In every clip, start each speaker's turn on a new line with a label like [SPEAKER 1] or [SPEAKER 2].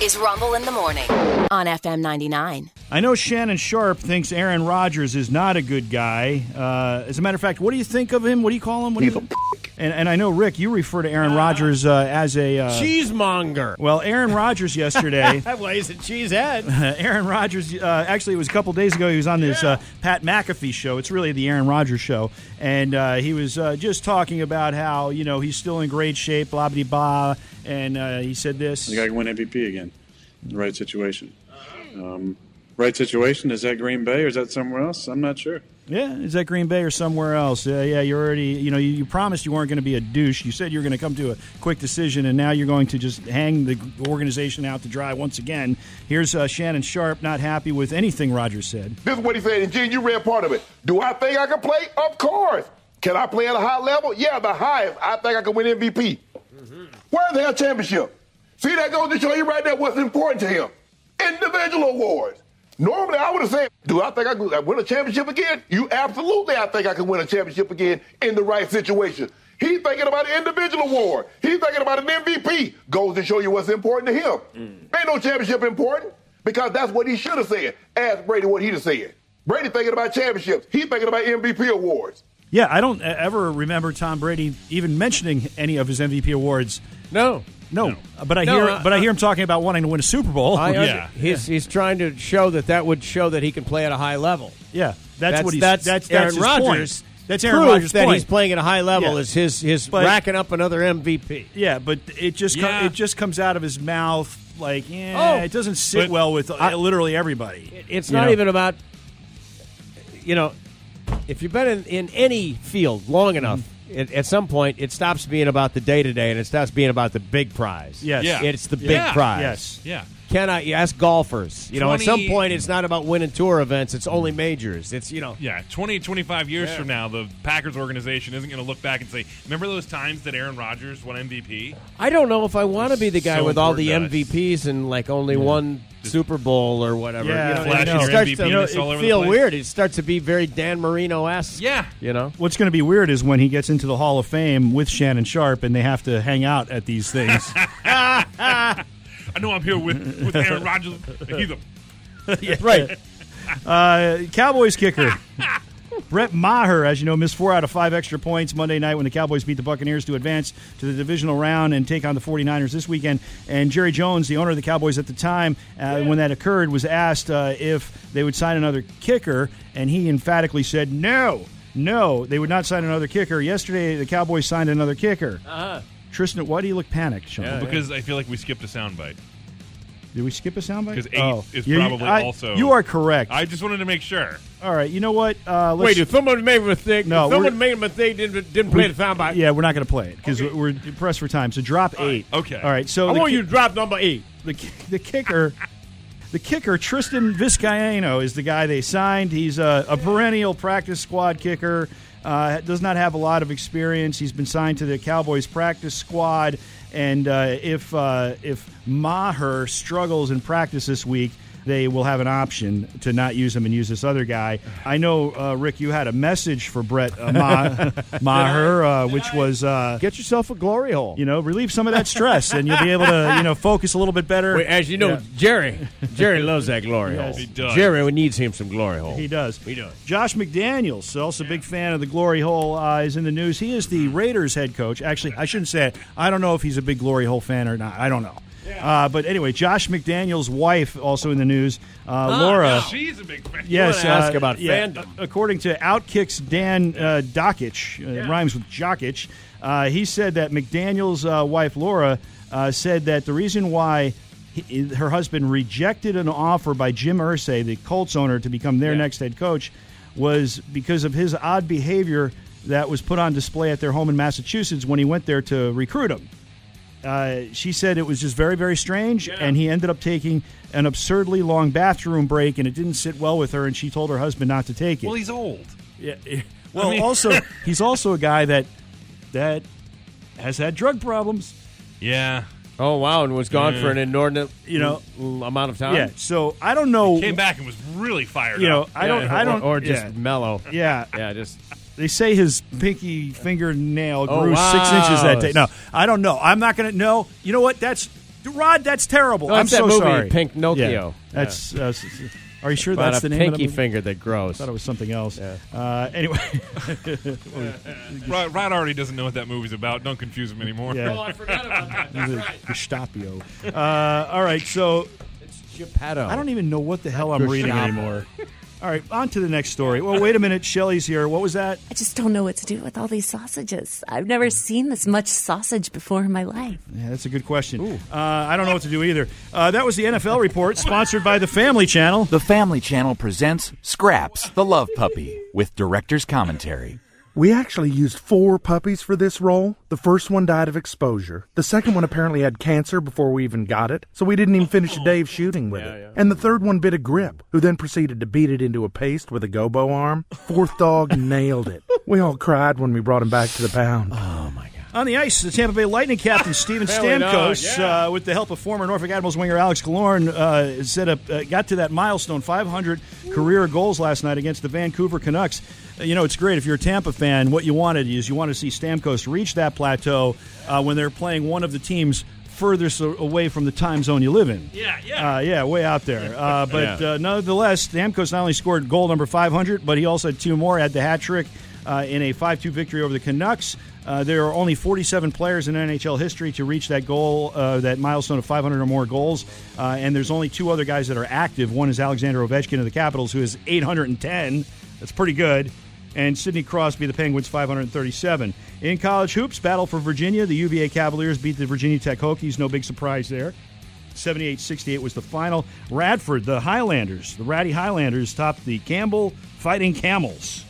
[SPEAKER 1] is Rumble in the Morning on FM 99.
[SPEAKER 2] I know Shannon Sharp thinks Aaron Rodgers is not a good guy. Uh, as a matter of fact, what do you think of him? What do you call him? What do
[SPEAKER 3] He's
[SPEAKER 2] you,
[SPEAKER 3] a
[SPEAKER 2] and, and I know Rick, you refer to Aaron Rodgers uh, as a uh,
[SPEAKER 4] Cheesemonger.
[SPEAKER 2] Well, Aaron Rodgers yesterday.
[SPEAKER 4] Well, he's a cheesehead.
[SPEAKER 2] Uh, Aaron Rodgers. Uh, actually, it was a couple days ago. He was on this uh, Pat McAfee show. It's really the Aaron Rodgers show, and uh, he was uh, just talking about how you know he's still in great shape, blah blah blah. And uh, he said this.
[SPEAKER 3] The guy can win MVP again in the right situation. Um, right situation, is that Green Bay or is that somewhere else? I'm not sure.
[SPEAKER 2] Yeah, is that Green Bay or somewhere else? Yeah, yeah. You already, you know, you, you promised you weren't going to be a douche. You said you were going to come to a quick decision, and now you're going to just hang the organization out to dry once again. Here's uh, Shannon Sharp, not happy with anything Rodgers said.
[SPEAKER 5] This is what he said, and Gene, you read part of it. Do I think I can play? Of course. Can I play at a high level? Yeah, the highest. I think I can win MVP. Where's the hell championship? See, that goes to show you right there what's important to him. Individual awards. Normally, I would have said, do I think I could win a championship again? You absolutely, I think I can win a championship again in the right situation. He's thinking about an individual award. He's thinking about an MVP. Goes to show you what's important to him. Ain't no championship important because that's what he should have said. Ask Brady what he'd have said. Brady thinking about championships. He thinking about MVP awards.
[SPEAKER 2] Yeah, I don't uh, ever remember Tom Brady even mentioning any of his MVP awards.
[SPEAKER 4] No.
[SPEAKER 2] No, but I
[SPEAKER 4] No,
[SPEAKER 2] hear,
[SPEAKER 4] uh,
[SPEAKER 2] but I hear him talking about wanting to win a Super Bowl.
[SPEAKER 4] I under-
[SPEAKER 2] Oh, yeah,
[SPEAKER 4] He's, he's trying to show that that would show that he can play at a high level.
[SPEAKER 2] yeah, that's,
[SPEAKER 4] That's
[SPEAKER 2] what he's.
[SPEAKER 4] that's,
[SPEAKER 2] that's,
[SPEAKER 4] Aaron
[SPEAKER 2] his point.
[SPEAKER 4] Rodgers.
[SPEAKER 2] That's Aaron
[SPEAKER 4] Proof
[SPEAKER 2] Rodgers'
[SPEAKER 4] that
[SPEAKER 2] point.
[SPEAKER 4] he's playing at a high level
[SPEAKER 2] Yeah.
[SPEAKER 4] is his his
[SPEAKER 2] But-
[SPEAKER 4] racking up another MVP.
[SPEAKER 2] Yeah, but it just com-
[SPEAKER 4] Yeah.
[SPEAKER 2] it just comes out of his mouth like yeah,
[SPEAKER 4] Oh.
[SPEAKER 2] it doesn't sit
[SPEAKER 4] But
[SPEAKER 2] well with uh,
[SPEAKER 4] I-
[SPEAKER 2] literally everybody.
[SPEAKER 4] It's
[SPEAKER 2] You
[SPEAKER 4] not
[SPEAKER 2] know?
[SPEAKER 4] even about you know if you've been in, in any field long
[SPEAKER 6] Mm-hmm.
[SPEAKER 4] enough. It, at some point, it stops being about the day to day, and it stops being about the big prize.
[SPEAKER 2] Yes. Yeah.
[SPEAKER 4] it's the big
[SPEAKER 6] Yeah.
[SPEAKER 4] prize.
[SPEAKER 2] yes.
[SPEAKER 6] Yeah.
[SPEAKER 4] Can I? You ask golfers. You know, at some
[SPEAKER 6] 20
[SPEAKER 4] point, it's not about winning tour events. It's only majors. It's you know.
[SPEAKER 6] Yeah, 20, 25 years from now, the Packers organization isn't going to look back and say, remember those times that Aaron Rodgers won MVP?
[SPEAKER 4] I don't know if I want to be the guy
[SPEAKER 6] so
[SPEAKER 4] with all the
[SPEAKER 6] important to us.
[SPEAKER 4] MVPs and like only one Super Bowl or whatever.
[SPEAKER 2] Yeah,
[SPEAKER 4] you know,
[SPEAKER 2] Flash
[SPEAKER 4] it
[SPEAKER 2] your
[SPEAKER 4] starts
[SPEAKER 6] MVP
[SPEAKER 4] to you know,
[SPEAKER 6] is all
[SPEAKER 4] it
[SPEAKER 6] over the
[SPEAKER 4] feel
[SPEAKER 6] place.
[SPEAKER 4] weird. It starts to be very Dan Marino esque.
[SPEAKER 6] Yeah.
[SPEAKER 4] you know.
[SPEAKER 2] What's going to be weird is when he gets into the Hall of Fame with Shannon Sharp and they have to hang out at these things.
[SPEAKER 6] I know I'm here with, with Aaron Rodgers. He's a
[SPEAKER 4] Right.
[SPEAKER 2] Uh, Cowboys kicker. Brett Maher, as you know, missed four out of five extra points Monday night when the Cowboys beat the Buccaneers to advance to the divisional round and take on the 49ers this weekend. And Jerry Jones, the owner of the Cowboys at the time, uh, when that occurred, was asked uh, if they would sign another kicker, and he emphatically said no. No, they would not sign another kicker. Yesterday, the Cowboys signed another kicker. Uh-huh. Tristan, why do you look panicked, Sean?
[SPEAKER 6] because I feel like we skipped a soundbite.
[SPEAKER 2] Did we skip a soundbite? Oh.
[SPEAKER 6] 'Cause eight is
[SPEAKER 2] You-
[SPEAKER 6] probably
[SPEAKER 2] I-
[SPEAKER 6] also-
[SPEAKER 2] You are correct.
[SPEAKER 6] I just wanted to make sure.
[SPEAKER 2] All right, you know what? Uh, let's,
[SPEAKER 4] if someone made a mistake,
[SPEAKER 2] No, if someone
[SPEAKER 4] made a mistake, didn't didn't play the soundbite.
[SPEAKER 2] Yeah, we're not going to play it because we're we're pressed for time. So drop eight.
[SPEAKER 6] okay.
[SPEAKER 2] All right. So the, ki-
[SPEAKER 4] drop number E. eight.
[SPEAKER 2] the ki- the kicker, the kicker Tristan Vizcaino is the guy they signed. He's a, a perennial practice squad kicker. Uh, does not have a lot of experience. He's been signed to the Cowboys practice squad. And uh, if uh, if Maher struggles in practice this week, they will have an option to not use him and use this other guy. I know, uh, Rick, you had a message for Brett uh, Ma- Maher, uh, which was uh,
[SPEAKER 4] Get yourself a glory hole.
[SPEAKER 2] you know, relieve some of that stress, and you'll be able to, you know, focus a little bit better.
[SPEAKER 4] Wait, as you know,
[SPEAKER 2] Yeah.
[SPEAKER 4] Jerry, Jerry loves that glory
[SPEAKER 2] Yes. He
[SPEAKER 4] hole.
[SPEAKER 6] does.
[SPEAKER 4] Jerry needs him some glory hole.
[SPEAKER 2] he does.
[SPEAKER 4] He does.
[SPEAKER 2] Josh McDaniels, also a big fan of the glory hole, uh, is in the news. He is the Raiders head coach. Actually, I shouldn't say it. I don't know if he's a big glory hole fan or not. I don't know. Uh, but anyway, Josh McDaniels' wife also in the news, uh,
[SPEAKER 4] Ah,
[SPEAKER 2] Laura.
[SPEAKER 6] She's a big fan.
[SPEAKER 2] Yes, uh,
[SPEAKER 4] wanna ask about fandom.
[SPEAKER 2] According to Outkick's Dan uh, Dockich, uh, rhymes with Jockich, uh, he said that McDaniel's uh, wife Laura uh, said that the reason why he, her husband rejected an offer by Jim Irsay, the Colts owner, to become their next head coach, was because of his odd behavior that was put on display at their home in Massachusetts when he went there to recruit him uh, she said it was just very, very strange, and he ended up taking an absurdly long bathroom break, and it didn't sit well with her, and she told her husband not to take it.
[SPEAKER 6] Well, he's old.
[SPEAKER 2] yeah, eh, well
[SPEAKER 6] I mean-
[SPEAKER 2] also, he's also a guy that that has had drug problems.
[SPEAKER 6] Yeah.
[SPEAKER 4] Oh wow, and was gone for an inordinate
[SPEAKER 2] You know-
[SPEAKER 4] l- amount of time.
[SPEAKER 2] yeah, so I don't know.
[SPEAKER 6] Came back and was really fired
[SPEAKER 2] You know,
[SPEAKER 6] up.
[SPEAKER 2] I don't. I don't.
[SPEAKER 4] or, or just
[SPEAKER 2] yeah.
[SPEAKER 4] mellow.
[SPEAKER 2] Yeah,
[SPEAKER 4] Yeah, just
[SPEAKER 2] they say his pinky fingernail
[SPEAKER 4] Oh,
[SPEAKER 2] grew six
[SPEAKER 4] wow.
[SPEAKER 2] inches that day. No, I don't know. I'm not gonna know. You know what? That's Rod, that's terrible.
[SPEAKER 4] No,
[SPEAKER 2] I'm
[SPEAKER 4] that's that
[SPEAKER 2] so
[SPEAKER 4] movie,
[SPEAKER 2] sorry.
[SPEAKER 4] Pink Nokio.
[SPEAKER 2] Yeah, that's. Uh, s- s- are you sure
[SPEAKER 4] About
[SPEAKER 2] that's
[SPEAKER 4] a
[SPEAKER 2] the name? of
[SPEAKER 4] pinky
[SPEAKER 2] the movie?
[SPEAKER 4] finger that grows.
[SPEAKER 2] I thought it was something else.
[SPEAKER 4] Yeah.
[SPEAKER 2] Uh, anyway,
[SPEAKER 6] Rod, Rod already doesn't know what that movie's about. Don't confuse him anymore.
[SPEAKER 2] yeah,
[SPEAKER 7] Oh, I forgot about that.
[SPEAKER 2] the Gestapo. Uh, all right, so
[SPEAKER 4] Geppetto.
[SPEAKER 2] I don't even know what the hell I'm reading
[SPEAKER 4] Gestapo.
[SPEAKER 2] anymore. All right, on to the next story. Well, wait a minute, Shelley's here. What was that?
[SPEAKER 8] I just don't know what to do with all these sausages. I've never seen this much sausage before in my life.
[SPEAKER 2] Yeah, that's a good question. Uh, I don't know what to do either. Uh, that was the NFL report, sponsored by the Family Channel.
[SPEAKER 9] The Family Channel presents Scraps, the Love Puppy, with director's commentary.
[SPEAKER 10] We actually used four puppies for this role. The first one died of exposure. The second one apparently had cancer before we even got it, so we didn't even finish a day of shooting with it. And the third one bit a grip, who then proceeded to beat it into a paste with a gobo arm. Fourth dog nailed it. We all cried when we brought him back to the pound.
[SPEAKER 2] On the ice, the Tampa Bay Lightning captain Steven Stamkos,
[SPEAKER 6] dog, yeah.
[SPEAKER 2] uh, with the help of former Norfolk Admirals winger Alex Killorn, uh, set up, uh, got to that milestone 500 career goals last night against the Vancouver Canucks. Uh, You know, it's great if you're a Tampa fan. What you wanted is you want to see Stamkos reach that plateau uh, when they're playing one of the teams furthest a- away from the time zone you live in.
[SPEAKER 6] Yeah, yeah.
[SPEAKER 2] Uh, yeah, way out there. Uh, but
[SPEAKER 4] Yeah.
[SPEAKER 2] uh, nonetheless, Stamkos not only scored goal number 500, but he also had two more, had the hat trick uh, in a 5 2 victory over the Canucks. Uh, there are only 47 players in NHL history to reach that goal, uh, that milestone of 500 or more goals. Uh, and there's only two other guys that are active. One is Alexander Ovechkin of the Capitals, who is 810. That's pretty good and Sidney Crosby, the Penguins, 537. In college hoops, battle for Virginia. The UVA Cavaliers beat the Virginia Tech Hokies. No big surprise there. 78 68 was the final. Radford, the Highlanders, the Ratty Highlanders, topped the Campbell Fighting Camels.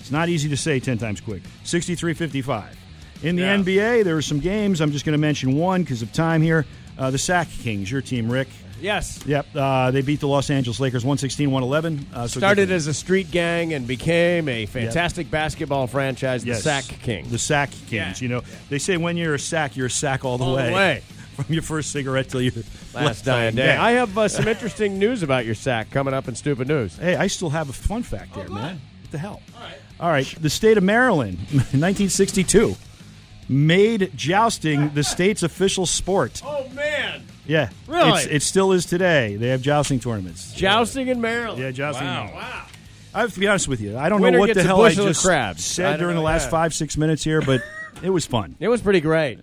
[SPEAKER 2] It's not easy to say 10 times quick. 63 55. In the
[SPEAKER 6] Yeah.
[SPEAKER 2] NBA, there are some games. I'm just going to mention one because of time here. Uh, the Sac Kings, your team, Rick.
[SPEAKER 4] yes.
[SPEAKER 2] Yep, uh, they beat the Los Angeles Lakers 116 111. Uh, so
[SPEAKER 4] Started
[SPEAKER 2] good-
[SPEAKER 4] as a street gang and became a fantastic basketball franchise, the
[SPEAKER 2] Yes.
[SPEAKER 4] Sack King.
[SPEAKER 2] The Sack Kings. You know, they say when you're a sack, you're a sack all the
[SPEAKER 4] All the
[SPEAKER 2] way.
[SPEAKER 4] way.
[SPEAKER 2] From your first cigarette till your
[SPEAKER 4] Last dying day. I have uh, some interesting news about your sack coming up in Stupid News.
[SPEAKER 2] Hey, I still have a fun fact
[SPEAKER 4] Oh,
[SPEAKER 2] there, man. What the hell? All right. All right. The state of Maryland, 1962, made jousting the state's official sport.
[SPEAKER 4] Oh, man.
[SPEAKER 2] Yeah.
[SPEAKER 4] Really?
[SPEAKER 2] It's, it still is today. They have jousting tournaments.
[SPEAKER 4] Jousting in Maryland.
[SPEAKER 2] Yeah, jousting.
[SPEAKER 6] Wow.
[SPEAKER 2] I have to be honest with you. I don't
[SPEAKER 4] Winner
[SPEAKER 2] know what
[SPEAKER 4] gets
[SPEAKER 2] the
[SPEAKER 4] a
[SPEAKER 2] hell I
[SPEAKER 4] bushel of
[SPEAKER 2] just
[SPEAKER 4] crabs. I
[SPEAKER 2] said
[SPEAKER 4] don't
[SPEAKER 2] during
[SPEAKER 4] know,
[SPEAKER 2] the last
[SPEAKER 4] yeah.
[SPEAKER 2] five, six minutes here, but it was fun.
[SPEAKER 4] It was pretty great.